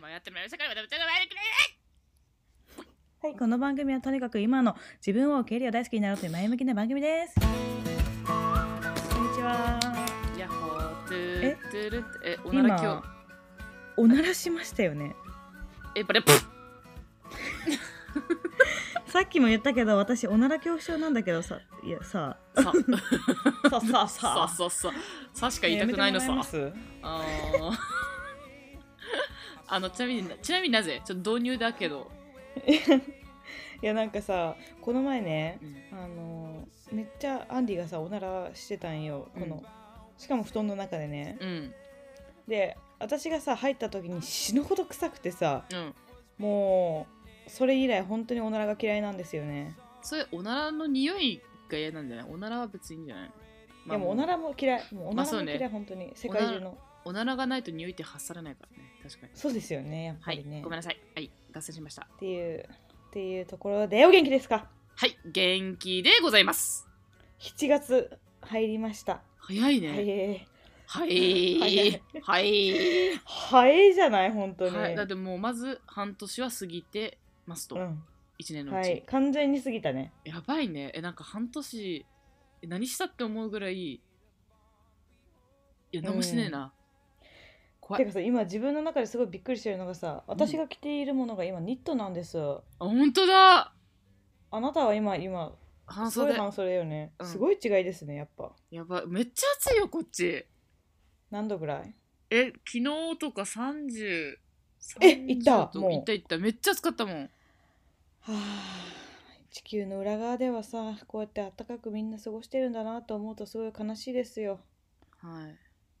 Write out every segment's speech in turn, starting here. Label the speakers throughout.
Speaker 1: もやってもらえる社会もやってもらえるくらい
Speaker 2: はい、この番組はとにかく今の自分を受け入れを大好きになろうという前向きな番組です。こんにちは。
Speaker 1: ヤッホートゥ
Speaker 2: え
Speaker 1: ートゥルってえおなら今
Speaker 2: 今おならしましたよね。
Speaker 1: 日えバレプッ
Speaker 2: さっきも言ったけど、私おなら恐怖症なんだけどさ、いやさ、
Speaker 1: さ
Speaker 2: さ
Speaker 1: さ
Speaker 2: さ
Speaker 1: さささしか言いたくないの
Speaker 2: や
Speaker 1: さ
Speaker 2: めてもらえます
Speaker 1: あーあのちなみにちなみになぜちょっと導入だけど、
Speaker 2: いやなんかさ、この前ね
Speaker 1: う、ん
Speaker 2: あのめっちゃアンディがさおならしてたんよ。この、
Speaker 1: うん
Speaker 2: しかも布団の中でね。
Speaker 1: うん
Speaker 2: で、私がさ入った時に死ぬほど臭くてさ、
Speaker 1: うん
Speaker 2: もうそれ以来本当におならが嫌いなんですよね。
Speaker 1: それおならの匂いが嫌なんじゃないおならは別にいいんじゃない、
Speaker 2: いやもうおならも嫌い。もうお
Speaker 1: ま
Speaker 2: な
Speaker 1: あ
Speaker 2: ら
Speaker 1: そ
Speaker 2: も
Speaker 1: うね
Speaker 2: 嫌い、本当に世界中の。
Speaker 1: おならがないと匂いって発されないからね確かに
Speaker 2: そうですよね、やっぱ
Speaker 1: はい、
Speaker 2: りね。
Speaker 1: ごめんな
Speaker 2: っ
Speaker 1: さいはい脱線しました
Speaker 2: ていう、っていうところで、お元気ですか
Speaker 1: はい元気でございます
Speaker 2: ?7 月入りました。
Speaker 1: 早い
Speaker 2: は
Speaker 1: ね
Speaker 2: い。
Speaker 1: はいはいはい、
Speaker 2: 早いじゃない、本当に。
Speaker 1: はい、だってもうまず半年は過ぎてますと、
Speaker 2: うん。
Speaker 1: 一年のう
Speaker 2: は
Speaker 1: ち、
Speaker 2: い。完全に過ぎたね。
Speaker 1: やばいねえなんか半年え何したって思うぐらいいや何もしてねえな、怖
Speaker 2: て
Speaker 1: い
Speaker 2: かさ、今自分の中ですごいびっくりしてるのがさ、私が着ているものが今ニットなんです。
Speaker 1: あ本当だ
Speaker 2: あなたは今、今、
Speaker 1: 半
Speaker 2: すごい
Speaker 1: 袖
Speaker 2: 半袖よね。
Speaker 1: うん
Speaker 2: すごい違いですね、やっぱ。
Speaker 1: やばいめっちゃ暑いよこっち
Speaker 2: 何度ぐらい
Speaker 1: え昨日とか30
Speaker 2: え行った
Speaker 1: 30と
Speaker 2: もう
Speaker 1: 行った行っためっちゃ暑かったもん
Speaker 2: はあ地球の裏側ではさこうやって暖かくみんな過ごしてるんだなと思うとすごい悲しいですよ。
Speaker 1: はい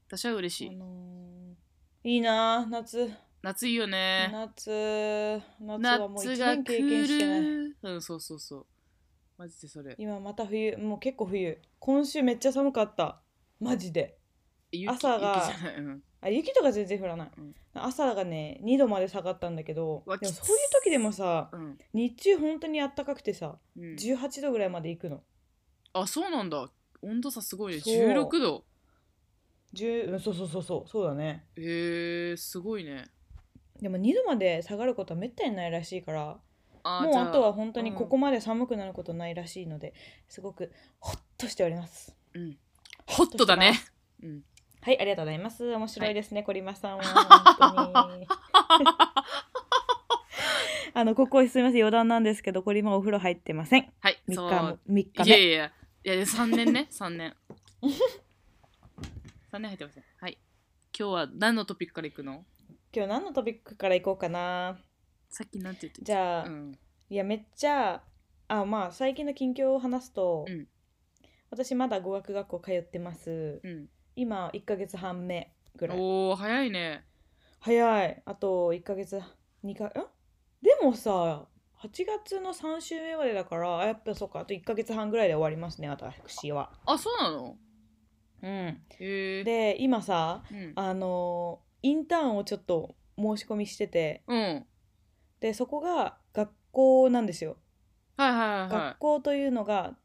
Speaker 1: 私は嬉し
Speaker 2: あ
Speaker 1: い
Speaker 2: のーいいなあ夏
Speaker 1: 夏いいよね
Speaker 2: 夏夏はもう
Speaker 1: 夏
Speaker 2: 一
Speaker 1: が来
Speaker 2: 年経験してない。
Speaker 1: るうんそうそうそうマジでそれ
Speaker 2: 今また冬もう結構冬今週めっちゃ寒かったマジで
Speaker 1: 雪
Speaker 2: 朝が
Speaker 1: 雪じゃない、うん、
Speaker 2: あ雪とか全然降らない、
Speaker 1: うん
Speaker 2: 朝がね2度まで下がったんだけど
Speaker 1: うわ
Speaker 2: でも
Speaker 1: きつ
Speaker 2: そういう時でもさ
Speaker 1: うん
Speaker 2: 日中本当に暖かくてさ
Speaker 1: うん、
Speaker 2: 18度ぐらいまで行くの
Speaker 1: あそうなんだ温度差すごいね
Speaker 2: そう
Speaker 1: 16度
Speaker 2: 10うんそうそうそうそうそうだね
Speaker 1: へえー、すごいね
Speaker 2: でも2度まで下がることはめったにないらしいから
Speaker 1: あー
Speaker 2: もう
Speaker 1: じゃ
Speaker 2: あとは本当に
Speaker 1: うん
Speaker 2: ここまで寒くなることないらしいので、すごくホッとしております
Speaker 1: うん、ホットだね
Speaker 2: はいありがとうございます面白いですね、コリマさんは本当に あのここすみません余談なんですけどコリマお風呂入ってません
Speaker 1: はい
Speaker 2: 3
Speaker 1: そう
Speaker 2: 日も三日
Speaker 1: い
Speaker 2: 目
Speaker 1: やいやいやいや3年ね 3年3年入ってませんはい今日は何のトピックからいくの
Speaker 2: 今日何のトピックからいこうかな
Speaker 1: さっきなんて言って
Speaker 2: じゃあ、
Speaker 1: うん、
Speaker 2: いやめっちゃあまあ最近の近況を話すと、
Speaker 1: うん
Speaker 2: 私まだ語学学校通ってます
Speaker 1: うん、
Speaker 2: 今1ヶ月半目ぐらい
Speaker 1: おお早いね
Speaker 2: 早いあと1ヶ月2かんでもさ8月の3週目までだからあやっぱそうかあと1ヶ月半ぐらいで終わりますね私は
Speaker 1: あそうなの
Speaker 2: うん
Speaker 1: へえ
Speaker 2: で今さ
Speaker 1: うん
Speaker 2: あのインターンをちょっと申し込みしてて
Speaker 1: うん
Speaker 2: でそこが学校なんですよ、
Speaker 1: はいはいはいは
Speaker 2: 学校というのが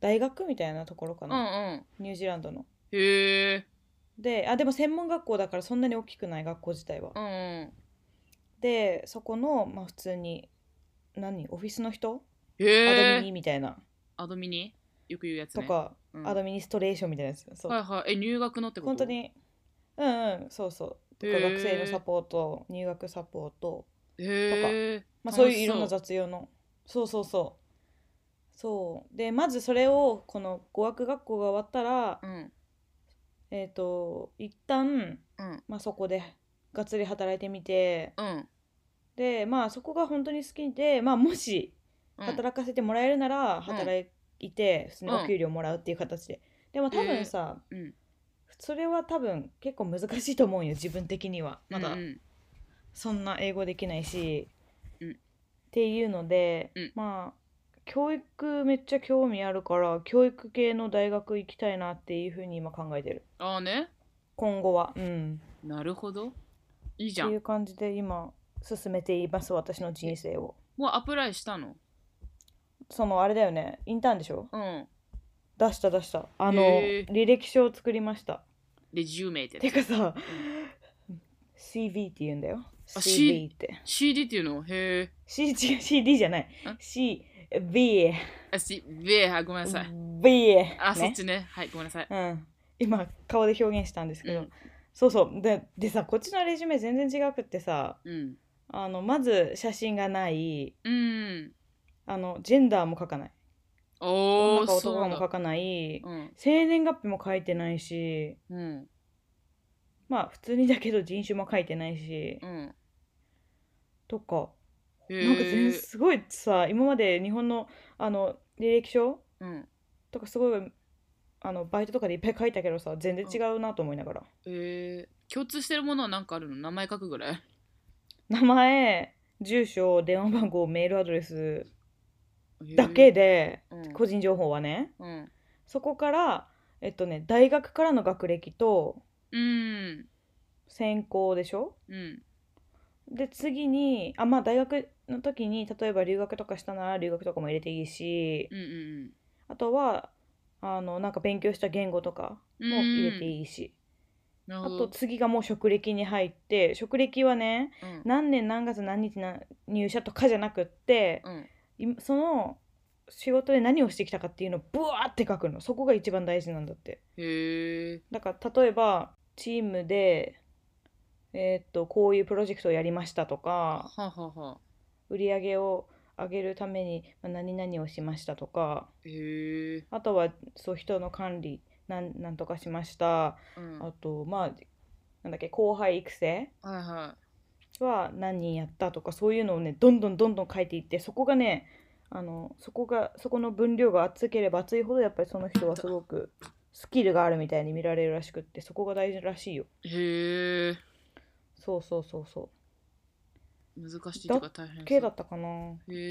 Speaker 2: 大学みたいなところか
Speaker 1: い
Speaker 2: な、
Speaker 1: うんうん
Speaker 2: ニュージーランドの
Speaker 1: へえ
Speaker 2: であでも専門学校だからそんなに大きくない学校自体は、
Speaker 1: うんうん
Speaker 2: でそこのまあ普通に何オフィスの人ア
Speaker 1: へ
Speaker 2: ドミ
Speaker 1: え
Speaker 2: ニみたいな
Speaker 1: アドミニよく言うやつ
Speaker 2: と
Speaker 1: ね
Speaker 2: か、
Speaker 1: うん
Speaker 2: アドミニストレーションみたいなやつそう、
Speaker 1: はいはいえ入学のってこと
Speaker 2: 本当にうんうんそうそうと
Speaker 1: へ
Speaker 2: か
Speaker 1: ー
Speaker 2: 学生のサポート入学サポート、
Speaker 1: へえ
Speaker 2: まあ、そ
Speaker 1: 楽
Speaker 2: う
Speaker 1: し
Speaker 2: いういろんな雑用のそうそうそうそうでまずそれをこの語学学校が終わったら、
Speaker 1: うん
Speaker 2: えっ、と一旦、
Speaker 1: うん
Speaker 2: まあ、そこでがっつり働いてみて
Speaker 1: うん
Speaker 2: でまあそこが本当に好きで、まあ、もし
Speaker 1: うん
Speaker 2: 働かせてもらえるなら働いて、普通に
Speaker 1: うん
Speaker 2: お給料もらうっていう形で、でも多分さ、
Speaker 1: うん
Speaker 2: それは多分結構難しいと思うよ自分的にはまだ
Speaker 1: うんうん
Speaker 2: そんな英語できないし、
Speaker 1: うん
Speaker 2: っていうので、
Speaker 1: うん
Speaker 2: まあ教育めっちゃ興味あるから教育系の大学行きたいなっていうふうに今考えてる
Speaker 1: ああね
Speaker 2: 今後はうん
Speaker 1: なるほどいいじ
Speaker 2: っ
Speaker 1: ゃ
Speaker 2: てい
Speaker 1: ん
Speaker 2: う感じで今進めています私の人生を
Speaker 1: もうアプライしたの
Speaker 2: そのあれだよねインターンでしょ
Speaker 1: うん
Speaker 2: 出した出したあの
Speaker 1: へー
Speaker 2: 履歴書を作りました
Speaker 1: レジュメって
Speaker 2: て
Speaker 1: やつ
Speaker 2: かさ、 CV って言うんだよ。
Speaker 1: あ
Speaker 2: CV って。
Speaker 1: CD っていうのへ
Speaker 2: C 違う CD じゃない
Speaker 1: ん。
Speaker 2: C、B、
Speaker 1: え。あ、し、べえ、あごめんなさい。
Speaker 2: B。
Speaker 1: あ、そっ
Speaker 2: ね。
Speaker 1: ちね。はい、ごめんなさい。
Speaker 2: うん。今、顔で表現したんですけ
Speaker 1: う
Speaker 2: ど。
Speaker 1: ん。
Speaker 2: そうそう。ででさ、こっちのレジュメ全然違くってさ、
Speaker 1: うん。
Speaker 2: あの、まず写真がない、
Speaker 1: うん。
Speaker 2: あの、ジェンダーも書かない。
Speaker 1: お
Speaker 2: 女
Speaker 1: ー、
Speaker 2: か
Speaker 1: そう
Speaker 2: 男
Speaker 1: な
Speaker 2: かも
Speaker 1: ん
Speaker 2: 書
Speaker 1: だ。
Speaker 2: かない。
Speaker 1: うん。
Speaker 2: 生年月日も書いてないし、
Speaker 1: うん。
Speaker 2: まあ普通にだけど人種も書いてないし、
Speaker 1: うん。
Speaker 2: とか、
Speaker 1: へ
Speaker 2: なんか全
Speaker 1: え。
Speaker 2: すごいさ、今まで日本のあの履歴書
Speaker 1: うん。
Speaker 2: とかすごいあのバイトとかでいっぱい書いたけどさ、全然違うなと思いながら。
Speaker 1: へえ。共通してるものは何かあるの名前書くぐらい
Speaker 2: 名前、住所、電話番号、メールアドレス
Speaker 1: へー
Speaker 2: だけで、
Speaker 1: うん
Speaker 2: 個人情報はね、
Speaker 1: うん。
Speaker 2: そこから、えっとね、大学からの学歴と
Speaker 1: うん。
Speaker 2: 専攻でしょ
Speaker 1: うん。
Speaker 2: で次にあまあ大学の時に例えば留学とかしたなら留学とかも入れていいし
Speaker 1: うんうん
Speaker 2: あとはあのなんか勉強した言語とか
Speaker 1: うん。
Speaker 2: も入れて
Speaker 1: い。
Speaker 2: いいし、
Speaker 1: なる
Speaker 2: あ
Speaker 1: ほ
Speaker 2: と
Speaker 1: ど。
Speaker 2: 次がもう職歴に入って職歴はね
Speaker 1: うん
Speaker 2: 何年何月何日な入社とかじゃなくって、
Speaker 1: うん。
Speaker 2: いその仕事で何をしてきたかっていうのをブワーって書くのそこが一番大事なんだって
Speaker 1: へえ。
Speaker 2: だから例えばチームでえーっとこういうプロジェクトをやりましたとか
Speaker 1: ははは。
Speaker 2: 売り上げを上げるためにまあ何々をしましたとか
Speaker 1: へえ。
Speaker 2: あとはそう人の管理なんなんとかしました
Speaker 1: うん。は
Speaker 2: あとまあなんだっけ後輩育成
Speaker 1: いは
Speaker 2: は何人やったとかそういうのをねどんどんどんどん書いていってそこがねあのそこがそこの分量が厚ければ厚いほどやっぱりその人はすごくスキルがあるみたいに見られるらしくってそこが大事らしいよ
Speaker 1: い。へえ。
Speaker 2: そうそうそうそ
Speaker 1: 難しいとか大変そう
Speaker 2: う系だったか
Speaker 1: へ
Speaker 2: な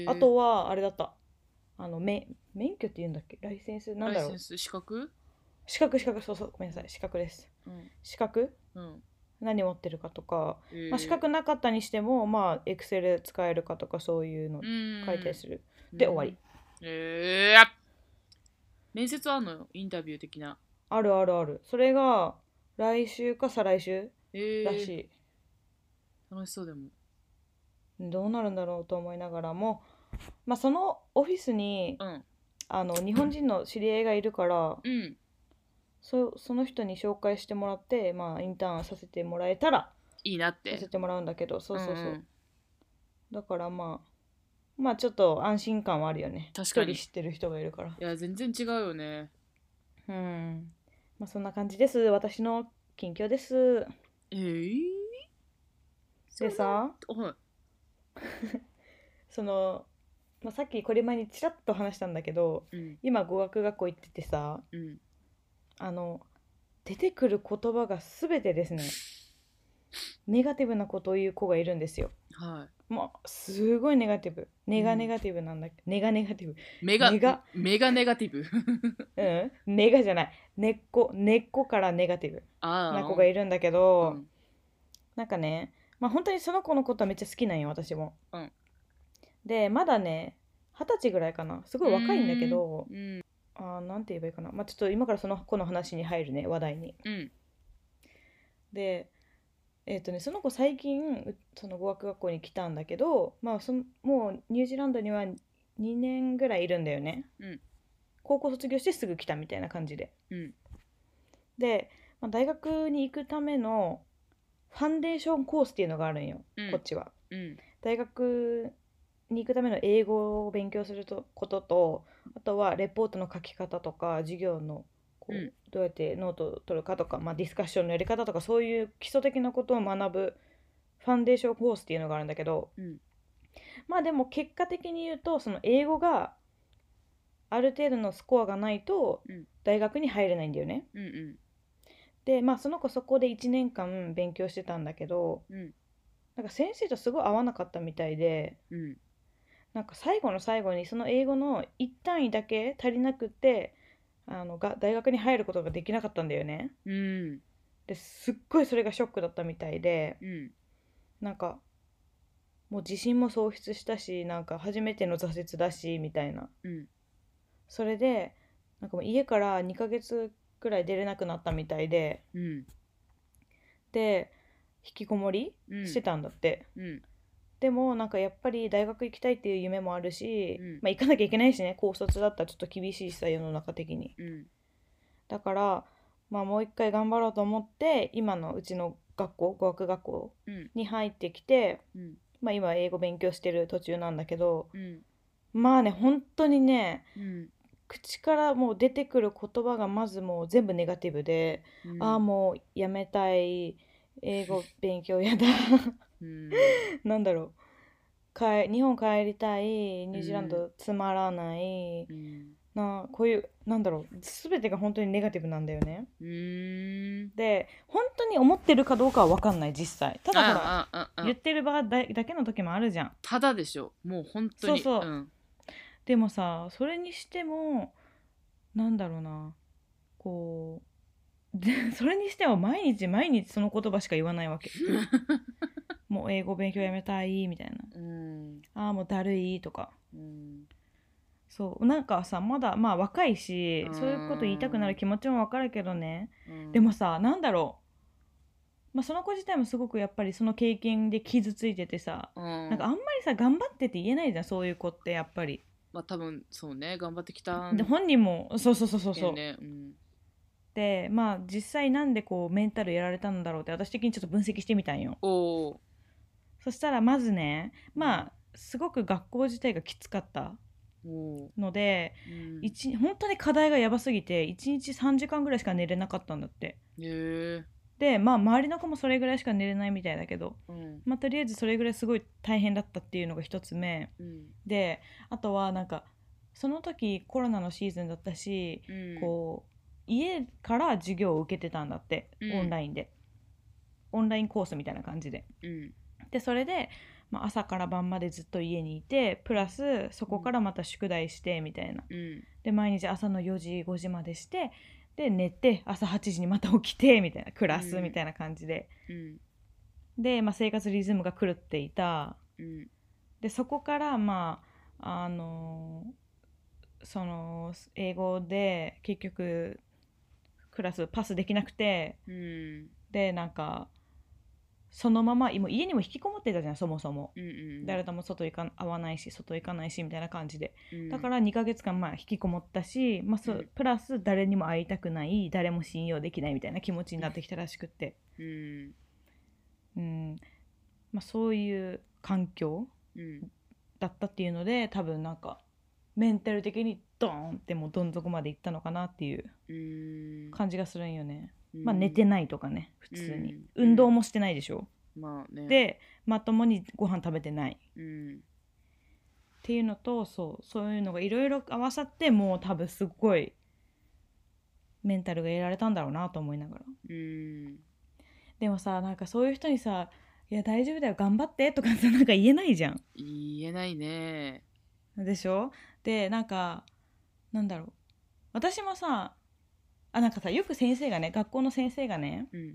Speaker 1: ー
Speaker 2: あとはあれだったあのめ免許って言うんだっけライセンスなん
Speaker 1: ラ
Speaker 2: だ
Speaker 1: イ
Speaker 2: ろ
Speaker 1: セ
Speaker 2: う
Speaker 1: ンス資格
Speaker 2: 資格資格そうそうごめんなさい資格です
Speaker 1: うん
Speaker 2: 資格
Speaker 1: うん
Speaker 2: 何持ってるかとか、
Speaker 1: えー
Speaker 2: まあ、資格なかったにしてもまあエクセル使えるかとかそういうの
Speaker 1: うん
Speaker 2: 書いたりする、で終わり
Speaker 1: りえー、面接あんのよインタビュー的な
Speaker 2: あるあるあるそれが来週か再来週
Speaker 1: え
Speaker 2: ら
Speaker 1: ー、
Speaker 2: し
Speaker 1: 楽しそうでも
Speaker 2: い、どうなるんだろうと思いながらもまあそのオフィスに
Speaker 1: うん
Speaker 2: あの日本人の知り合いがいるから
Speaker 1: うん
Speaker 2: そその人に紹介してもらってまあインターンさせてもらえたら
Speaker 1: いいなっ
Speaker 2: させ
Speaker 1: て
Speaker 2: てもらうんだけどそうそうそう、
Speaker 1: ん
Speaker 2: だからまあまあちょっと安心感はあるよね
Speaker 1: 確かに
Speaker 2: 一人知ってる人がいるから
Speaker 1: いや全然違うよね
Speaker 2: うんまあそんな感じです私の近況です
Speaker 1: えー、
Speaker 2: でさ
Speaker 1: はい
Speaker 2: その、まあ、さっきこれ前にちらっと話したんだけど
Speaker 1: うん
Speaker 2: 今語学学校行っててさ
Speaker 1: うん
Speaker 2: あの出てくる言葉が全てですねネガティブなことを言う子がいるんですよ
Speaker 1: は
Speaker 2: もうすごいネガティブネガネガティブなんだけど、ネガネガティブ
Speaker 1: いメガ
Speaker 2: メガ
Speaker 1: メガネガティブ
Speaker 2: うんネガじゃない根っこ根っこからネガティブ
Speaker 1: ああ
Speaker 2: な子が
Speaker 1: い
Speaker 2: いるんだけ
Speaker 1: う
Speaker 2: ど、
Speaker 1: ん
Speaker 2: なんかね、まあ、本当にその子のことはめっちゃ好きなんよ私も。
Speaker 1: うん
Speaker 2: でまだね二十歳ぐらいかなすごい若いんだけど
Speaker 1: うん
Speaker 2: あーなんて言えばいいかな、まあ、ちょっと今からその子の話に入るね話題に。
Speaker 1: うん
Speaker 2: でえっ、とねその子最近うその語学学校に来たんだけど、まあ、そのもうニュージーランドには2年ぐらいいるんだよね。
Speaker 1: うん
Speaker 2: 高校卒業してすぐ来たみたいな感じで。
Speaker 1: うん
Speaker 2: で、まあ、大学に行くためのファンデーションコースっていうのがあるんよ、
Speaker 1: うん
Speaker 2: こっちは。
Speaker 1: うん
Speaker 2: 大学に行くための英語を勉強するとこととあとはレポートの書き方とか授業のこう、
Speaker 1: うん
Speaker 2: どうやってノートを取るかとか、まあ、ディスカッションのやり方とかそういう基礎的なことを学ぶファンデーションコースっていうのがあるんだけど、
Speaker 1: うん
Speaker 2: まあでも結果的に言うとその英語がある程度のスコアがないと
Speaker 1: うん
Speaker 2: 大学に入れないんだよね。
Speaker 1: うんうん
Speaker 2: でまあその子そこで1年間勉強してたんだけど
Speaker 1: うん
Speaker 2: なんか先生とすごい合わなかったみたいで
Speaker 1: うん
Speaker 2: なんか最後の最後にその英語の1単位だけ足りなくてあのが大学に入ることができなかったんだよね。
Speaker 1: うん
Speaker 2: ですっごいそれがショックだったみたいで
Speaker 1: うん
Speaker 2: なんかもう自信も喪失したしなんか初めての挫折だしみたいな
Speaker 1: うん
Speaker 2: それでなんかもう家から2ヶ月くらい出れなくなったみたいで。
Speaker 1: うん
Speaker 2: で引きこもり
Speaker 1: うん
Speaker 2: してたんだって、
Speaker 1: うん
Speaker 2: でもなんかやっぱり大学行きたいっていう夢もあるし、
Speaker 1: うん
Speaker 2: まあ、行かなきゃいけないしね高卒だったらちょっと厳しいしさ世の中的に
Speaker 1: うん
Speaker 2: だから、まあ、もう一回頑張ろうと思って今のうちの学校語学学校
Speaker 1: うん
Speaker 2: に入ってきて、
Speaker 1: うん
Speaker 2: まあ、今英語勉強してる途中なんだけど
Speaker 1: うん
Speaker 2: まあね本当にね
Speaker 1: うん
Speaker 2: 口からもう出てくる言葉がまずもう全部ネガティブで、
Speaker 1: うん
Speaker 2: ああもうやめたい英 語勉強やだ
Speaker 1: うん
Speaker 2: なんだろう帰日本帰りたいニュージーランドつまらない、
Speaker 1: うん
Speaker 2: なあこういうなんだろう全てが本当にネガティブなんだよね
Speaker 1: うーん
Speaker 2: で本当に思ってるかどうかは分かんない実際ただほら
Speaker 1: ああああ
Speaker 2: 言ってる場だだけの時もあるじゃん
Speaker 1: ただでしょもう本当に
Speaker 2: そうそうんでもさそれにしてもなんだろうなこうで それにしては毎日毎日その言葉しか言わないわけ もう英語勉強やめたいみたいな
Speaker 1: うん
Speaker 2: ああもうだるいとか
Speaker 1: うん
Speaker 2: そうなんかさまだまあ若いし
Speaker 1: うん
Speaker 2: そういうこと言いたくなる気持ちもわかるけどね
Speaker 1: うん
Speaker 2: でもさなんだろう、まあ、その子自体もすごくやっぱりその経験で傷ついててさ
Speaker 1: うん
Speaker 2: なんかあんまりさ頑張ってって言えないじゃんそういう子ってやっぱり、
Speaker 1: まあ多分そうね頑張ってきたん
Speaker 2: で本人もそうそうそうそうそう、
Speaker 1: ねうん
Speaker 2: でまあ実際なんでこうメンタルやられたんだろうって私的にちょっと分析してみたんよ
Speaker 1: おお
Speaker 2: そしたらまずねまあすごく学校自体がきつかった
Speaker 1: おー
Speaker 2: ので、
Speaker 1: うんへ
Speaker 2: 一本当に課題がやばすぎて1日3時間ぐらいしか寝れなかったんだって
Speaker 1: え
Speaker 2: でまあ周りの子もそれぐらいしか寝れないみたいだけど、
Speaker 1: うん
Speaker 2: まあ、とりあえずそれぐらいすごい大変だったっていうのが一つ目
Speaker 1: うん
Speaker 2: であとはなんかその時コロナのシーズンだったし、
Speaker 1: うん
Speaker 2: こう家から授業を受けてたんだって、
Speaker 1: うん
Speaker 2: オンラインでオンラインコースみたいな感じで
Speaker 1: うん
Speaker 2: でそれで、まあ、朝から晩までずっと家にいてプラスそこからまた宿題してみたいな
Speaker 1: うん
Speaker 2: で毎日朝の4時5時までしてで寝て朝8時にまた起きてみたいな暮らす
Speaker 1: うん
Speaker 2: みたいな感じで、
Speaker 1: うん
Speaker 2: で、まあ、生活リズムが狂っていた
Speaker 1: うん
Speaker 2: でそこからまああのーその英語で結局クラスパスできなくて
Speaker 1: うん
Speaker 2: でなんかそのままもう家にも引きこもってたじゃんそもそも
Speaker 1: うんうん
Speaker 2: 誰とも外行かん会わないし外行かないしみたいな感じで
Speaker 1: うん
Speaker 2: だから2ヶ月間まあ引きこもったし、まあ、そう
Speaker 1: うん
Speaker 2: プラス誰にも会いたくない誰も信用できないみたいな気持ちになってきたらしくって、
Speaker 1: うん
Speaker 2: うんまあ、そういう環境
Speaker 1: うん
Speaker 2: だったっていうので多分なんかメンタル的にドーンってもうどん底まで行ったのかなっていう
Speaker 1: うん
Speaker 2: 感じがするんよね、まあ寝
Speaker 1: う
Speaker 2: て
Speaker 1: ん
Speaker 2: ないとかね普通に、
Speaker 1: うん
Speaker 2: 運動もしてないでしょ、
Speaker 1: まあね
Speaker 2: でまともにご飯食べてない
Speaker 1: うん
Speaker 2: っていうのとそうそういうのがいろいろ合わさってもう多分すっごいメンタルが得られたんだろうなと思いながら
Speaker 1: うん
Speaker 2: でもさなんかそういう人にさ「いや大丈夫だよ頑張って」とかさなんか言えないじゃん
Speaker 1: 言えないね
Speaker 2: でしょでなんかなんだろう私もさあなんかさよく先生がね学校の先生がね
Speaker 1: うん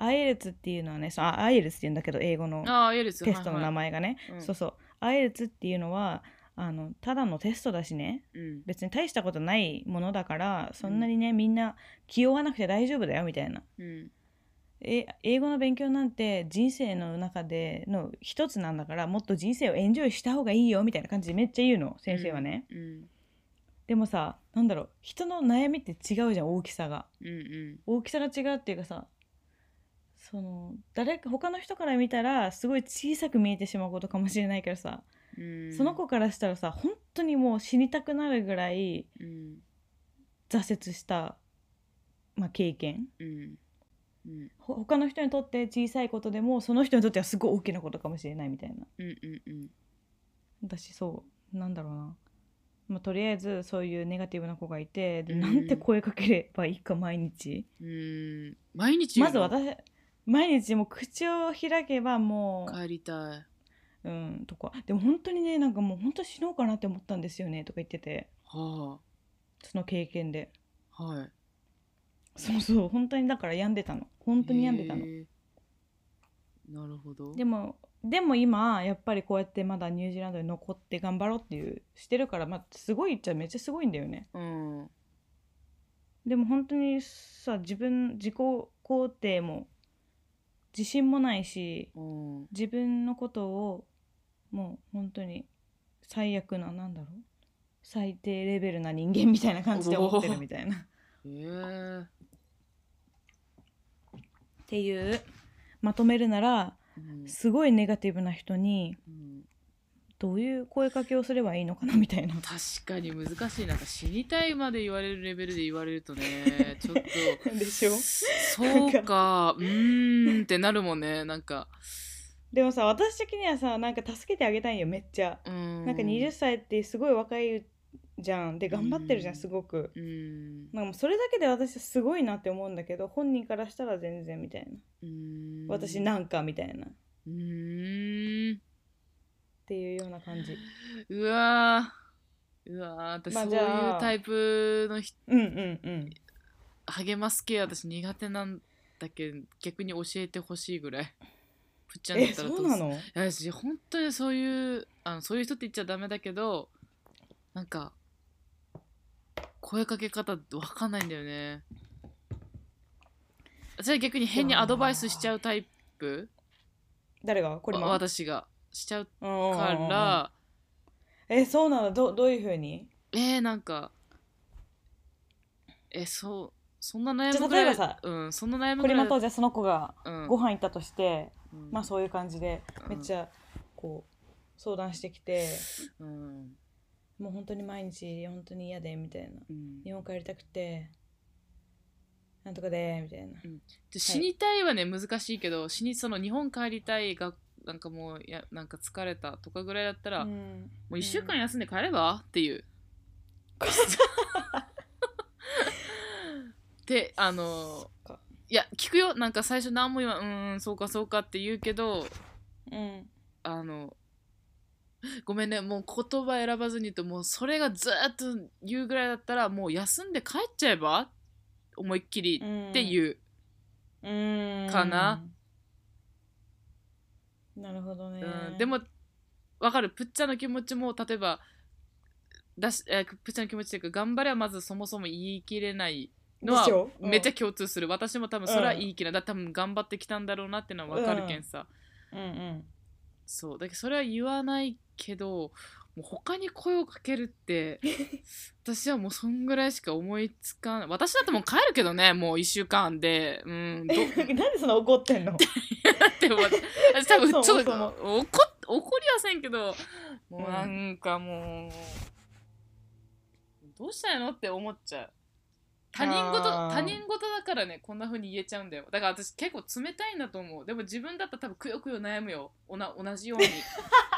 Speaker 2: アイエルツっていうのはねそうあアイエルツって言うんだけど英語の
Speaker 1: ああエルス
Speaker 2: テストの名
Speaker 1: 前
Speaker 2: 前がね、
Speaker 1: うん
Speaker 2: そうそうアイエルツっていうのはあのただのテストだしね
Speaker 1: うん
Speaker 2: 別に大したことないものだからそんなにね、みんな気負わなくて大丈夫だよみたいな
Speaker 1: うん
Speaker 2: え英語の勉強なんて人生の中での一つなんだからもっと人生をエンジョイした方がいいよみたいな感じでめっちゃ言うの先生はね、
Speaker 1: うん
Speaker 2: でもさなんだろう人の悩みって違うじゃん大きさが
Speaker 1: うん
Speaker 2: 大きさが違うっていうかさその誰か他の人から見たらすごい小さく見えてしまうことかもしれないけどさ、
Speaker 1: うん
Speaker 2: その子からしたらさ本当にもう死にたくなるぐらい
Speaker 1: うん
Speaker 2: 挫折した、まあ、経験
Speaker 1: うんうん
Speaker 2: ほ他の人にとって小さいことでもその人にとってはすごい大きなことかもしれないみたいな
Speaker 1: うんうんうん
Speaker 2: 私そうなんだろうな、まあ、とりあえずそういうネガティブな子がいてで
Speaker 1: うん
Speaker 2: なんて声かければいいか毎日。
Speaker 1: うん毎日
Speaker 2: まず私毎日もう口を開けばも
Speaker 1: 帰りたい。
Speaker 2: ううんとかでも本当にねなんかもう本当死のうかなって思ったんですよねとか言ってて
Speaker 1: は
Speaker 2: その経験で
Speaker 1: あ、はい。
Speaker 2: そうそう本当にだから病んでたの本当に病んでたの
Speaker 1: へえなるほど。
Speaker 2: でもでも今やっぱりこうやってまだニュージーランドに残って頑張ろうっていうしてるからまあすごいっちゃめっちゃすごいんだよね
Speaker 1: うん。うん
Speaker 2: でも本当にさ自分自己肯定も自信もないし
Speaker 1: うん
Speaker 2: 自分のことをもう本当に最悪ななんだろう最低レベルな人間みたいな感じで思ってるみたいな
Speaker 1: えー
Speaker 2: っていうまとめるなら
Speaker 1: うん
Speaker 2: すごいネガティブな人に
Speaker 1: うん
Speaker 2: どういう声かけをすればいいのかなみたいな
Speaker 1: 確かに難しいなんか死にたいまで言われるレベルで言われるとね ちょっと
Speaker 2: でしょ
Speaker 1: そうかうーんってなるもんねなんか
Speaker 2: でもさ私的にはさなんか助けてあげたいよめっちゃ、
Speaker 1: うん
Speaker 2: なんか20歳ってすごい若いじゃんで頑張ってるじゃん
Speaker 1: うん
Speaker 2: すごく、
Speaker 1: うん
Speaker 2: なんかもうそれだけで私はすごいなって思うんだけど本人からしたら全然みたいな、
Speaker 1: うーん
Speaker 2: 私なんかみたいなっ
Speaker 1: うーん
Speaker 2: ていうような感じ
Speaker 1: うわーうわー私そ
Speaker 2: まあ
Speaker 1: うい
Speaker 2: じゃあ
Speaker 1: うタイプの人
Speaker 2: うんうんうん
Speaker 1: 励ます系私苦手なんだけど逆に教えてほしいぐらいプッチャンだ
Speaker 2: え
Speaker 1: った
Speaker 2: そ
Speaker 1: らど
Speaker 2: う
Speaker 1: う
Speaker 2: な
Speaker 1: する
Speaker 2: の
Speaker 1: いや私本当にそういうあのそういう人って言っちゃダメだけどなんか声かけ方わかんないんだよね私は逆に変にアドバイスしちゃうタイプ
Speaker 2: 誰がこれ
Speaker 1: わ
Speaker 2: も
Speaker 1: 私がしちゃうか
Speaker 2: からえそうなのどどういうふうに
Speaker 1: えー、なんかえそうそんな悩
Speaker 2: じゃ
Speaker 1: む
Speaker 2: あ
Speaker 1: ぐらい
Speaker 2: 例えばさ
Speaker 1: うんそんな悩む
Speaker 2: こ
Speaker 1: ぐ
Speaker 2: れ
Speaker 1: ら
Speaker 2: ま
Speaker 1: い
Speaker 2: たじゃあその子が
Speaker 1: うん
Speaker 2: ご飯行ったとして、
Speaker 1: うん
Speaker 2: まあそういう感じで
Speaker 1: うん
Speaker 2: めっちゃこう相談してきて、
Speaker 1: うん
Speaker 2: もう本当に毎日本当に嫌でみたいな
Speaker 1: うん
Speaker 2: 日本帰りたくてなんとかでみたいな
Speaker 1: で死にたいはね難しいけど死にその日本帰りたいがなんかもういやなんか疲れたとかぐらいだったら、
Speaker 2: う
Speaker 1: も
Speaker 2: ん
Speaker 1: う1週間休んで帰ればって いう。であの
Speaker 2: そっか
Speaker 1: いや聞くよなんか最初何も言わんうーんそうかそうかって言うけど
Speaker 2: うん
Speaker 1: あのごめんねもう言葉選ばずに言うともうそれがずーっと言うぐらいだったらもう休んで帰っちゃえば思いっきりって
Speaker 2: う
Speaker 1: いう、
Speaker 2: ん
Speaker 1: かな
Speaker 2: なるほどね、
Speaker 1: うん、でもわかるプッチャの気持ちも例えばだし、えープッチャの気持ちというか頑張れはまずそもそも言い切れないのは
Speaker 2: でしょうん
Speaker 1: めっちゃ共通する、私も多分それは言い切れない、だって多分頑張ってきたんだろうなっていうのはわかるけんさ、
Speaker 2: うんうん
Speaker 1: そうだけどそれは言わないけどもう他に声をかけるって 私はもうそんぐらいしか思いつかない私だってもう帰るけどねもう1週間でうんど
Speaker 2: え なんでそんな怒ってん の
Speaker 1: って思って私多分ち
Speaker 2: そ
Speaker 1: ょ
Speaker 2: も
Speaker 1: っと
Speaker 2: そも
Speaker 1: 怒っ怒りはせんけどもうなんかもう、どうしたいのって思っちゃう他人事
Speaker 2: あー
Speaker 1: 他人事だからねこんな風に言えちゃうんだよだから私結構冷たいんだと思うでも自分だったら多分くよくよ悩むよおな同じよう に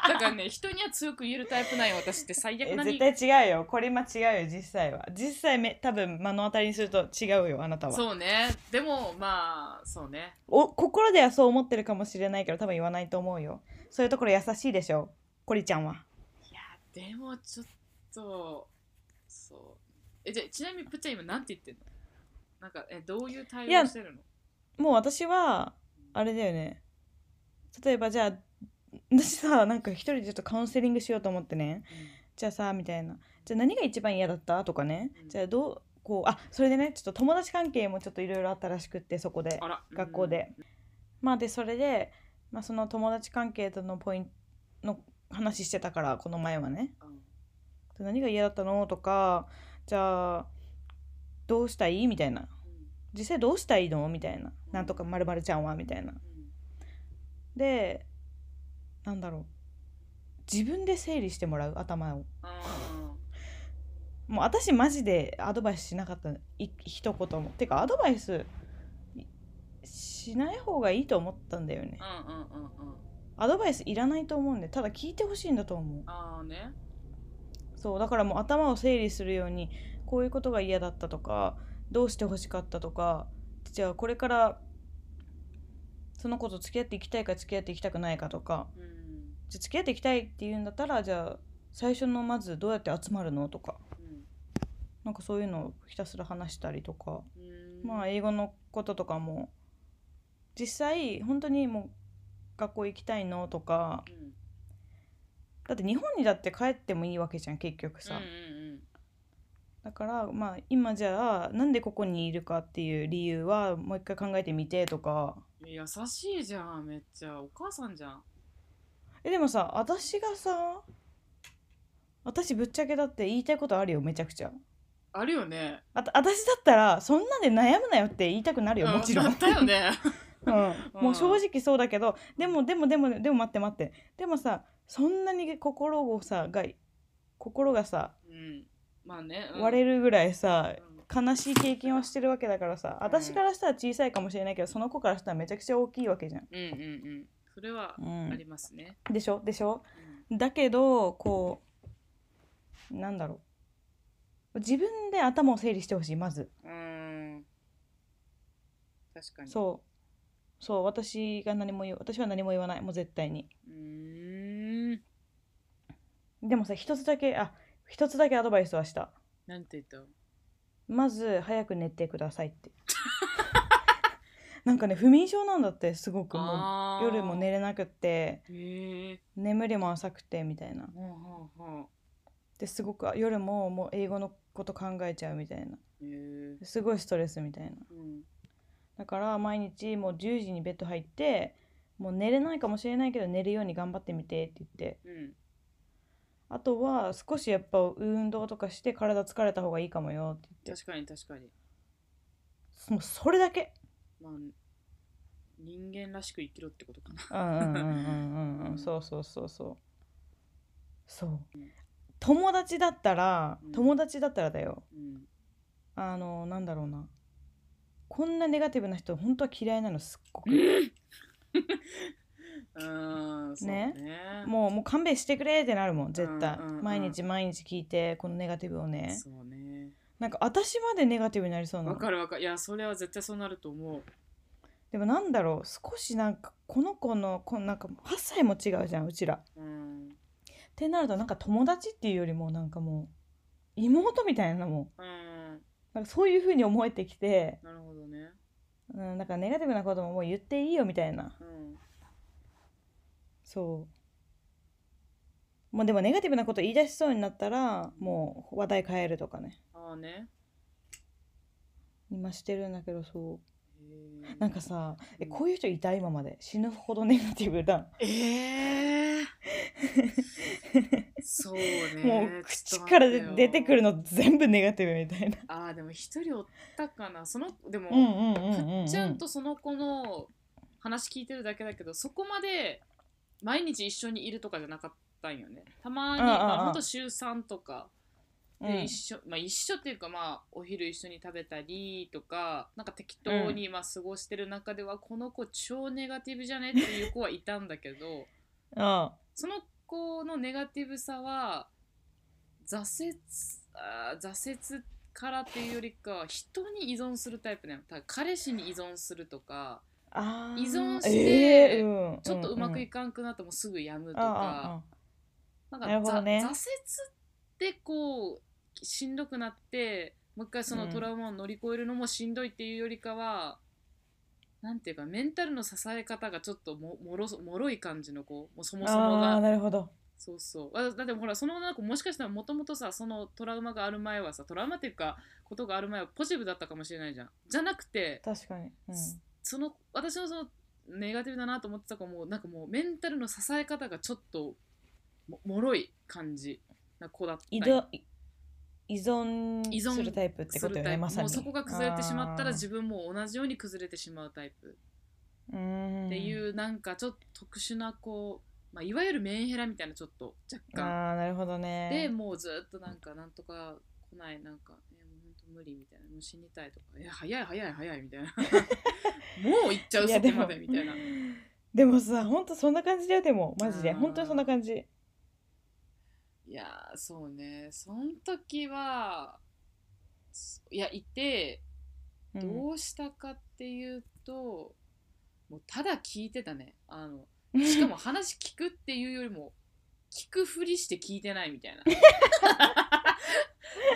Speaker 1: だからね人には強く言えるタイプなんよ私って最悪
Speaker 2: え
Speaker 1: なに
Speaker 2: 絶対違うよこれ間違うよ実際は実際め多分目の当たりにすると違うよあなたは
Speaker 1: そうねでもまあそうね
Speaker 2: お心ではそう思ってるかもしれないけど多分言わないと思うよそういうところ優しいでしょコリちゃんはい
Speaker 1: やでもちょっとそうえじゃあちなみにプッチャ今なんて言ってんのなんかえどういう対
Speaker 2: いや
Speaker 1: 応してるの
Speaker 2: もう私はあれだよね例えばじゃあ私さなんか一人でちょっとカウンセリングしようと思ってねじゃあさみたいなじゃあ何が一番嫌だったとかね
Speaker 1: うん
Speaker 2: じゃあどうこうあそれでねちょっと友達関係もちょっといろいろあったらしくってそこで
Speaker 1: あら
Speaker 2: 学校で、まあでそれで、まあ、その友達関係とのポイントの話してたからこの前はね
Speaker 1: うんうん
Speaker 2: で何が嫌だったのとかじゃあどうしたいみたいな実際どうしたいのみたいななんとかまるちゃんはみたいなでなんだろう自分で整理してもらう頭
Speaker 1: う
Speaker 2: を
Speaker 1: ん
Speaker 2: もう私マジでアドバイスしなかったい一言もてかアドバイスいしない方がいいと思ったんだよね
Speaker 1: うんうんうんうんうん
Speaker 2: アドバイスいらないと思うんでただ聞いてほしいんだと思う
Speaker 1: ああね
Speaker 2: そうだからもう頭を整理するようにこういうことが嫌だったとかどうしてほしかったとかじゃあこれからその子と付き合っていきたいか付き合っていきたくないかとか
Speaker 1: うん
Speaker 2: じゃあ付き合っていきたいっていうんだったらじゃあ最初のまずどうやって集まるのとか
Speaker 1: うん
Speaker 2: なんかそういうのをひたすら話したりとか、
Speaker 1: うん
Speaker 2: まあ英語のこととかも実際本当にもう学校行きたいのとか
Speaker 1: うん
Speaker 2: だって日本にだって帰ってもいいわけじゃん結局さ、
Speaker 1: うんうん
Speaker 2: だからまあ今じゃあなんでここにいるかっていう理由はもう一回考えてみてとか
Speaker 1: 優しいじゃんめっちゃお母さんじゃん
Speaker 2: えでもさ私がさ私ぶっちゃけだって言いたいことあるよめちゃくちゃ
Speaker 1: あるよね
Speaker 2: あた私だったらそんなんで悩むなよって言いたくなるよもちろ ん、
Speaker 1: う
Speaker 2: う
Speaker 1: なったよね
Speaker 2: ん、
Speaker 1: うん
Speaker 2: もう正直そうだけどでもでもでもでも待って待ってでもさそんなに心をさが心がさ
Speaker 1: うんまあね、うん
Speaker 2: 割れるぐらいさ
Speaker 1: うん
Speaker 2: 悲しい経験をしてるわけだからさ私からしたら小さいかもしれないけどその子からしたらめちゃくちゃ大きいわけじゃん。
Speaker 1: うんうんうんそれは
Speaker 2: うん
Speaker 1: ありますね、
Speaker 2: でしょでしょだけどこうなんだろう自分で頭を整理してほしいまず
Speaker 1: うん、うん確かに
Speaker 2: そうそう私が何も言う私は何も言わないもう絶対に
Speaker 1: うーん
Speaker 2: でもさ一つだけあ一つだけアドバイスはした
Speaker 1: なんて言った
Speaker 2: まず早く寝てくださいってなんかね不眠症なんだってすごくも
Speaker 1: あー
Speaker 2: う夜も寝れなくって
Speaker 1: へえ
Speaker 2: 眠りも浅くてみたいな
Speaker 1: はあはあはあ
Speaker 2: ですごくあ夜ももう英語のこと考えちゃうみたいな
Speaker 1: へえ
Speaker 2: すごいストレスみたいな
Speaker 1: うん
Speaker 2: だから毎日もう10時にベッド入ってもう寝れないかもしれないけど寝るように頑張ってみてって言って
Speaker 1: うん
Speaker 2: あとは少しやっぱ運動とかして体疲れた方がいいかもよって言って
Speaker 1: 確かに確かに
Speaker 2: もうそれだけ
Speaker 1: まあ人間らしく生きろってことかな
Speaker 2: うんうんうんうんうんうんそうそうそうそうそう友達だったら
Speaker 1: うん
Speaker 2: 友達だったらだよ
Speaker 1: うん
Speaker 2: あのなんだろうなこんなネガティブな人本当は嫌いなのすっごく
Speaker 1: うんそうね
Speaker 2: もうもう勘弁してくれってなるもん絶対
Speaker 1: うんうんうん
Speaker 2: 毎日毎日聞いてこのネガティブをね
Speaker 1: そうね
Speaker 2: なんか私までネガティブになりそうな
Speaker 1: わ
Speaker 2: の
Speaker 1: かるわかるいやそれは絶対そうなると思う
Speaker 2: でもなんだろう少しなんかこの子のこのなんか8歳も違うじゃんうちらっ
Speaker 1: うん
Speaker 2: てなるとなんか友達っていうよりもなんかもう妹みたいなも
Speaker 1: うん
Speaker 2: うなんかそういう風に思えてきて、
Speaker 1: なるほどね
Speaker 2: うん、なんかネガティブなことももう言っていいよみたいな
Speaker 1: うん
Speaker 2: そうもうでもネガティブなこと言い出しそうになったらもう話題変えるとかね
Speaker 1: ああね
Speaker 2: 今してるんだけどそう
Speaker 1: へー
Speaker 2: なんかさ、え
Speaker 1: うん
Speaker 2: こういう人いた今まで死ぬほどネガティブだ
Speaker 1: ええそうね
Speaker 2: もう口からで出てくる
Speaker 1: の
Speaker 2: の全部ネガティブみたいな。
Speaker 1: ああでも一人おったかなそのでも、
Speaker 2: うんうん
Speaker 1: かっちゃんとその子の話聞いてるだけだけどそこまで毎日一緒にいるとかじゃなかったんよねたまに
Speaker 2: ああああ
Speaker 1: まあ、ほんと週3とかで一緒、まあ一緒っていうかまあお昼一緒に食べたりとかなんか適当にまあ過ごしてる中では、この子超ネガティブじゃねっていう子はいたんだけど
Speaker 2: あ
Speaker 1: その子のネガティブさは挫折あー挫折からっていうよりかは人に依存するタイプなのだから彼氏に依存するとか
Speaker 2: あ
Speaker 1: 依存して
Speaker 2: うん
Speaker 1: ちょっとうまくい
Speaker 2: く
Speaker 1: かんくなってもすぐやむと
Speaker 2: ああ
Speaker 1: か、な
Speaker 2: あ
Speaker 1: んか
Speaker 2: なるほどね
Speaker 1: ざ挫折ってこうしんどくなってもう一回そのトラウマを乗り越えるのもしんどいっていうよりかは、なんていうかメンタルの支え方がちょっとももろもろい感じの子もうそもそも
Speaker 2: ああ
Speaker 1: が
Speaker 2: なるほど。
Speaker 1: そうそうあだってほらその女の子もしかしたらもともとさそのトラウマがある前はさトラウマっていうかことがある前はポジティブだったかもしれないじゃんじゃなくて
Speaker 2: 確かに。うん
Speaker 1: すその私のそのネガティブだなと思ってた子もなんかもうメンタルの支え方がちょっとももろい感じな子だったり
Speaker 2: 依存依存
Speaker 1: 依存
Speaker 2: するタイプって
Speaker 1: す
Speaker 2: こと
Speaker 1: る
Speaker 2: よ
Speaker 1: タ
Speaker 2: ね
Speaker 1: イプ
Speaker 2: まさ
Speaker 1: もう
Speaker 2: に。
Speaker 1: そこが崩れてしまったら
Speaker 2: あー
Speaker 1: 自分も同じように崩れてしまうタイプ
Speaker 2: うん
Speaker 1: っていうなんかちょっと特殊な子、まあ、いわゆるメンヘラみたいなちょっと若干
Speaker 2: ああなるほどね。
Speaker 1: でもうずっとなんかなんとか来ないなんか、えもう本当無理みたいなもう死にたいとかえ早い早い早いみたいな もう行っちゃう
Speaker 2: いや
Speaker 1: そこ
Speaker 2: で
Speaker 1: ま
Speaker 2: も
Speaker 1: でみたいな。
Speaker 2: でもさ本当そんな感じだよでもマジで
Speaker 1: あー
Speaker 2: 本当にそんな感じ。
Speaker 1: いやーそうねその時はそいやいて
Speaker 2: うん
Speaker 1: どうしたかっていうと、もうただ聞いてたねあのしかも話聞くっていうよりも聞くふりして聞いてないみた いな。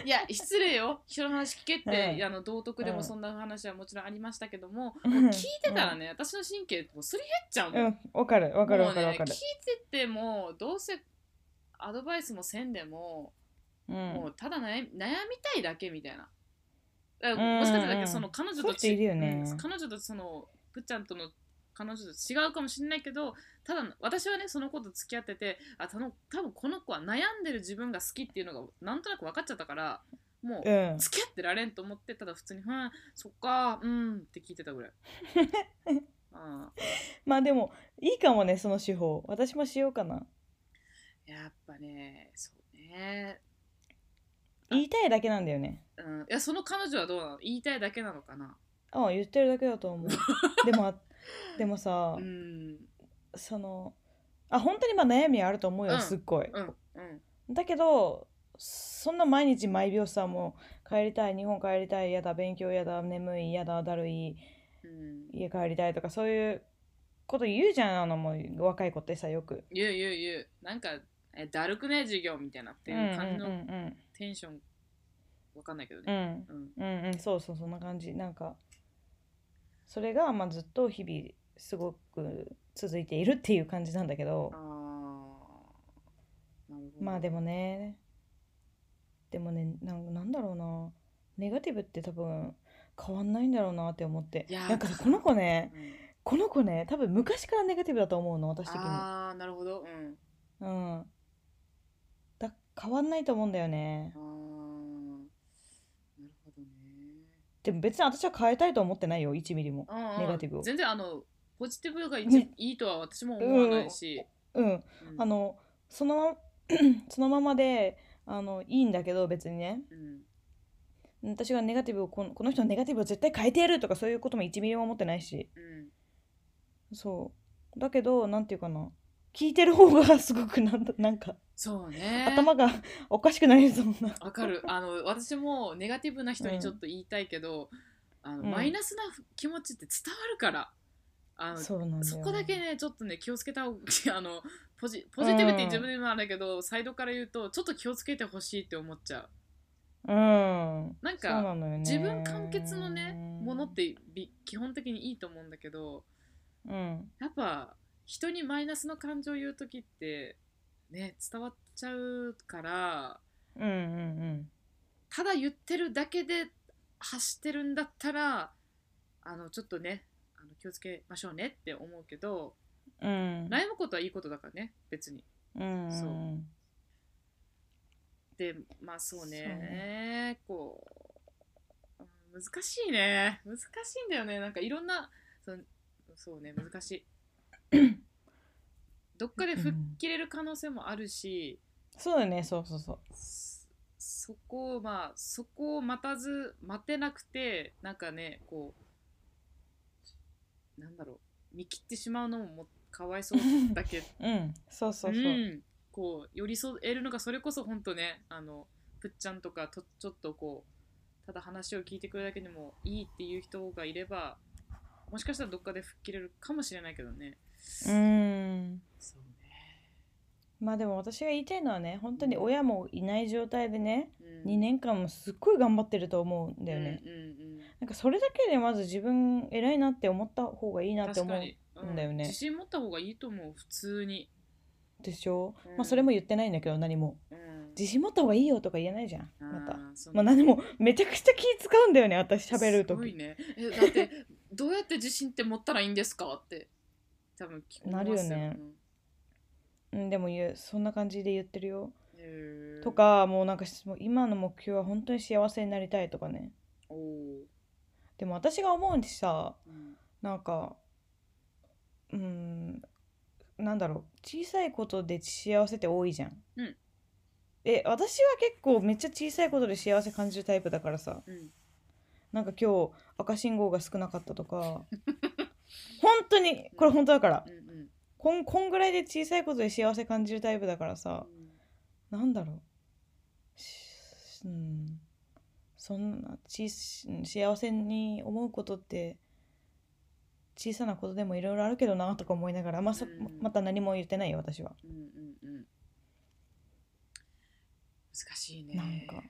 Speaker 1: いや失礼よ人の話聞けって、
Speaker 2: うん
Speaker 1: あの道徳で
Speaker 2: う
Speaker 1: も
Speaker 2: ん
Speaker 1: そんな話はもちろんありましたけども、
Speaker 2: うん
Speaker 1: もう聞いてたらね、私の神経もうすり減っちゃうもん
Speaker 2: うんわかるわかる
Speaker 1: も
Speaker 2: わ
Speaker 1: う
Speaker 2: か
Speaker 1: ね
Speaker 2: るわかる
Speaker 1: 聞い。ててもどうせアドバイスもせんでも、
Speaker 2: うん
Speaker 1: もうただ悩み悩みたいだけみたいな。だか
Speaker 2: うん
Speaker 1: らもしかしたらだけ
Speaker 2: うん
Speaker 1: どその彼女
Speaker 2: そ
Speaker 1: と
Speaker 2: ういう人いるよね
Speaker 1: うん彼女とそのぐっちゃんとの彼女と違うかもしれないけどただ私はねその子と付き合っててあたの多分この子は悩んでる自分が好きっていうのがなんとなく分かっちゃったからもう
Speaker 2: うん
Speaker 1: 付き合ってられんと思ってただ普通に「うんそっかうん」って聞いてたぐ らい。あ
Speaker 2: まあでもいいかもねその手法私もしようかな
Speaker 1: やっぱねそうね、
Speaker 2: 言いたいだけなんだよね
Speaker 1: うん、いやその彼女はどうなの言いたいだけなのかな
Speaker 2: ああ言ってるだけだと 思うでもあでもさ、
Speaker 1: うん
Speaker 2: そのあ本当にまあ悩みはあると思うよ、
Speaker 1: うん
Speaker 2: すっごい、
Speaker 1: うんうん
Speaker 2: だけどそんな毎日毎秒さもう帰りたい日本帰りたいやだ勉強やだ眠いやだだるい
Speaker 1: うん
Speaker 2: 家帰りたいとかそういうこと言うじゃんあのもう若い子ってさよく。
Speaker 1: 言う言う言うなんかえだるくね授業みたいなって
Speaker 2: うん
Speaker 1: いう感じ
Speaker 2: うん
Speaker 1: のテンションわかんないけど
Speaker 2: うんう
Speaker 1: ね、
Speaker 2: ん
Speaker 1: うん
Speaker 2: うんうんそうそうそんな感じなんかそれがまあずっと日々すごく続いているっていう感じなんだけど
Speaker 1: あーなるほど
Speaker 2: まあでもねでもねなんなんだろうなネガティブって多分変わんないんだろうなって思って
Speaker 1: いやー
Speaker 2: なんかさこの子ね
Speaker 1: うん
Speaker 2: この子ね多分昔からネガティブだと思うの私的に
Speaker 1: ああなるほどうん
Speaker 2: うんだ変わんないと思うんだよね
Speaker 1: あーなるほどね
Speaker 2: でも別に私は変えたいと思ってないよ1ミリも
Speaker 1: うんうん
Speaker 2: ネガティブを
Speaker 1: 全然あのポジティブがい,、
Speaker 2: ね
Speaker 1: いいとは私も思わないし、
Speaker 2: うん
Speaker 1: うん
Speaker 2: あのそのま そのままであのいいんだけど別にね
Speaker 1: うん
Speaker 2: 私がネガティブをこのこの人のネガティブを絶対変えてやるとかそういうことも1ミリも思ってないし
Speaker 1: うん
Speaker 2: そうだけどなんていうかな聞いてる方がすごくなんだなんか
Speaker 1: そうね
Speaker 2: 頭がおかしくなりそうな
Speaker 1: わ かるあの私もネガティブな人にちょっと言いたいけど、あの
Speaker 2: うん
Speaker 1: マイナスな気持ちって伝わるからあのそ
Speaker 2: そうなんだよね
Speaker 1: こだけねちょっとね気をつけた方が あのポジポジティブって自分でもあれだけど、サイドから言うとちょっと気をつけてほしいって思っちゃう
Speaker 2: うん
Speaker 1: なん
Speaker 2: そう
Speaker 1: か
Speaker 2: なのよね
Speaker 1: 自分完結のねものってび基本的にいいと思うんだけど
Speaker 2: うん
Speaker 1: やっぱ人にマイナスの感情を言う時ってね伝わっちゃうから
Speaker 2: うんうん
Speaker 1: ただ言ってるだけで走ってるんだったらあのちょっとねあの気をつけましょうねって思うけど
Speaker 2: うんうん
Speaker 1: 悩むことはいいことだからね別に
Speaker 2: うん
Speaker 1: そう
Speaker 2: うん
Speaker 1: でまあそうね
Speaker 2: そう
Speaker 1: こううん難しいね難しいんだよねなんかいろんなそのそうね難しいどっかで吹っ切れる可能性もあるし、
Speaker 2: そうだねそうそうそう
Speaker 1: そそこをまあそこを待たず待てなくてなんかねこうなんだろう見切ってしまうのももかわいそうだけど
Speaker 2: うんそう そうそう、
Speaker 1: ん、こう寄り添えるのがそれこそ本当ねあのぷっちゃんとかとちょっとこうただ話を聞いてくれるだけでもいいっていう人がいればもしかしたらどっかで吹っ切れるかもしれないけどね。
Speaker 2: うん
Speaker 1: そうね
Speaker 2: まあでも私が言いたいのはね本当に親もいない状態でね
Speaker 1: うん
Speaker 2: 2年間もすっごい頑張ってると思うんだよね、
Speaker 1: うんうんうん
Speaker 2: なんかそれだけでまず自分偉いなって思った方がいいなって
Speaker 1: 確
Speaker 2: 思
Speaker 1: か
Speaker 2: う
Speaker 1: に
Speaker 2: んだよね
Speaker 1: 自信持った方がいいと思う普通に、
Speaker 2: でしょ、
Speaker 1: うん
Speaker 2: まあそれも言ってないんだけど何も
Speaker 1: うん、
Speaker 2: 自信持った方がいいよとか言えないじゃん
Speaker 1: あー
Speaker 2: また
Speaker 1: そ
Speaker 2: まあ何もめちゃくちゃ気使うんだよね私喋る
Speaker 1: すごい
Speaker 2: 時
Speaker 1: ねえだって どうやって自信って持ったらいいんですかって多分聞
Speaker 2: なるよね
Speaker 1: うん
Speaker 2: うんでも言うそんな感じで言ってるよ
Speaker 1: へー
Speaker 2: とかもうなんかしもう今の目標は本当に幸せになりたいとかね
Speaker 1: おー
Speaker 2: でも私が思うんでさ
Speaker 1: うん
Speaker 2: なんかうーんなんだろう小さいことで幸せって多いじゃん。
Speaker 1: うん
Speaker 2: え私は結構めっちゃ小さいことで幸せ感じるタイプだからさ
Speaker 1: うん
Speaker 2: なんか今日赤信号が少なかった とか本当にこれ本当だから
Speaker 1: うんうん
Speaker 2: こんこんぐらいで小さいことで幸せ感じるタイプだからさなんだろうしうんそんなちうん幸せに思うことって小さなことでもいろいろあるけどなとか思いながら、まあさ
Speaker 1: うん
Speaker 2: また何も言ってないよ私は、
Speaker 1: うんうんうん難しいね
Speaker 2: なんか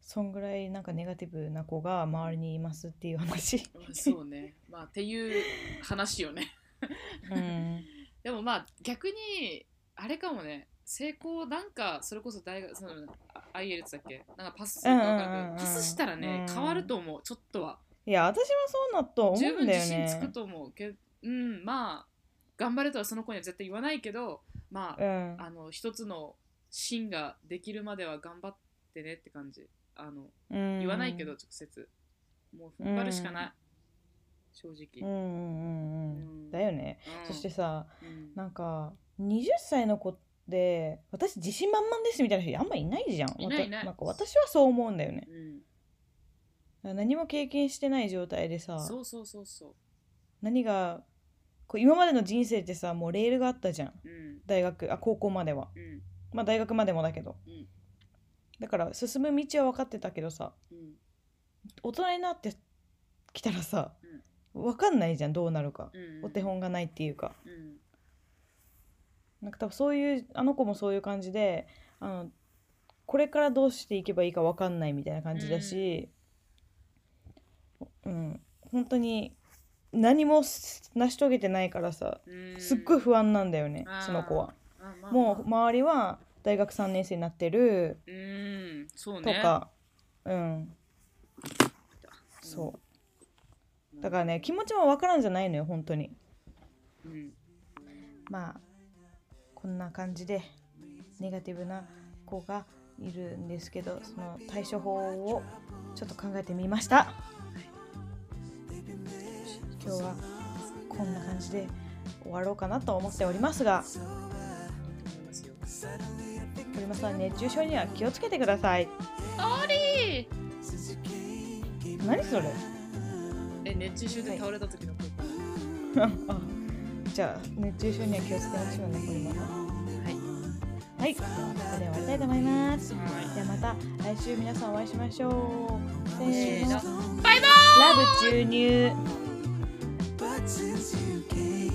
Speaker 2: そんぐらいなんかネガティブな子が周りにいますっていう話
Speaker 1: うんそうねまあっていう話よね
Speaker 2: うん
Speaker 1: でもまあ逆にあれかもね成功なんかそれこそ大学そのあアイエルツだっけなんかパスするか分からんけ
Speaker 2: うんうんうんうん
Speaker 1: どパスしたらね
Speaker 2: うん
Speaker 1: 変わると思うちょっとはい
Speaker 2: や私はそうなと思
Speaker 1: 十
Speaker 2: うん
Speaker 1: 分
Speaker 2: だよ
Speaker 1: 自信つく
Speaker 2: ね
Speaker 1: と思うけうんまあ頑張れとはその子には絶対言わないけどまあ
Speaker 2: うん
Speaker 1: あの一つの芯ができるまでは頑張ってねって感じあの言
Speaker 2: 言
Speaker 1: わないけど直接もう踏ん張るしかない、正
Speaker 2: うん
Speaker 1: 直、
Speaker 2: うんう
Speaker 1: う
Speaker 2: んうんんだよね、
Speaker 1: うん
Speaker 2: そしてさ
Speaker 1: うん
Speaker 2: なんか20歳の子で私自信満々ですみたいな人あんまいないじゃん
Speaker 1: いないいない
Speaker 2: わたんか私はそう思うんだよね
Speaker 1: うん
Speaker 2: 何も経験してない状態でさ
Speaker 1: そうそうそうそ
Speaker 2: 何がこう今までの人生ってさもうレールがあったじゃん
Speaker 1: ううん
Speaker 2: 大学あ高校までは
Speaker 1: うん
Speaker 2: まあ大学までもだけど、
Speaker 1: うん
Speaker 2: だから進む道は分かってたけどさ
Speaker 1: うん
Speaker 2: 大人になってきたらさ、分かんないじゃんどうなるか、
Speaker 1: うん
Speaker 2: お手本がないっていうか
Speaker 1: うん
Speaker 2: なんか多分そういうあの子もそういう感じであのこれからどうしていけばいいか分かんないみたいな感じだし、うん本当に何も成し遂げてないからさ
Speaker 1: うん
Speaker 2: すっごい不安なんだよね、
Speaker 1: あー
Speaker 2: その子は。
Speaker 1: あまあ
Speaker 2: もう周りは大学3年生になってる
Speaker 1: うんそう
Speaker 2: と
Speaker 1: ね
Speaker 2: か、うん
Speaker 1: う
Speaker 2: そ
Speaker 1: ん
Speaker 2: うだからね気持ちも分からんじゃないのよ本当に
Speaker 1: うん
Speaker 2: まあこんな感じでネガティブな子がいるんですけどその対処法をちょっと考えてみました今日はこんな感じで終わろうかなと思っておりますが
Speaker 1: いいと思いますよ
Speaker 2: 鳥間さん熱中症には気をつけてください
Speaker 1: あり
Speaker 2: 何それ
Speaker 1: え熱中症で倒れた時のこと
Speaker 2: あ じゃあ熱中症には気をつけましょうねこれも
Speaker 1: はい
Speaker 2: はいではここで終わりたいと思います
Speaker 1: は
Speaker 2: ではまた来週皆さんお会いしましょうせ
Speaker 1: いせ
Speaker 2: ー
Speaker 1: ー
Speaker 2: の
Speaker 1: の
Speaker 2: ラブ注入
Speaker 3: But since you came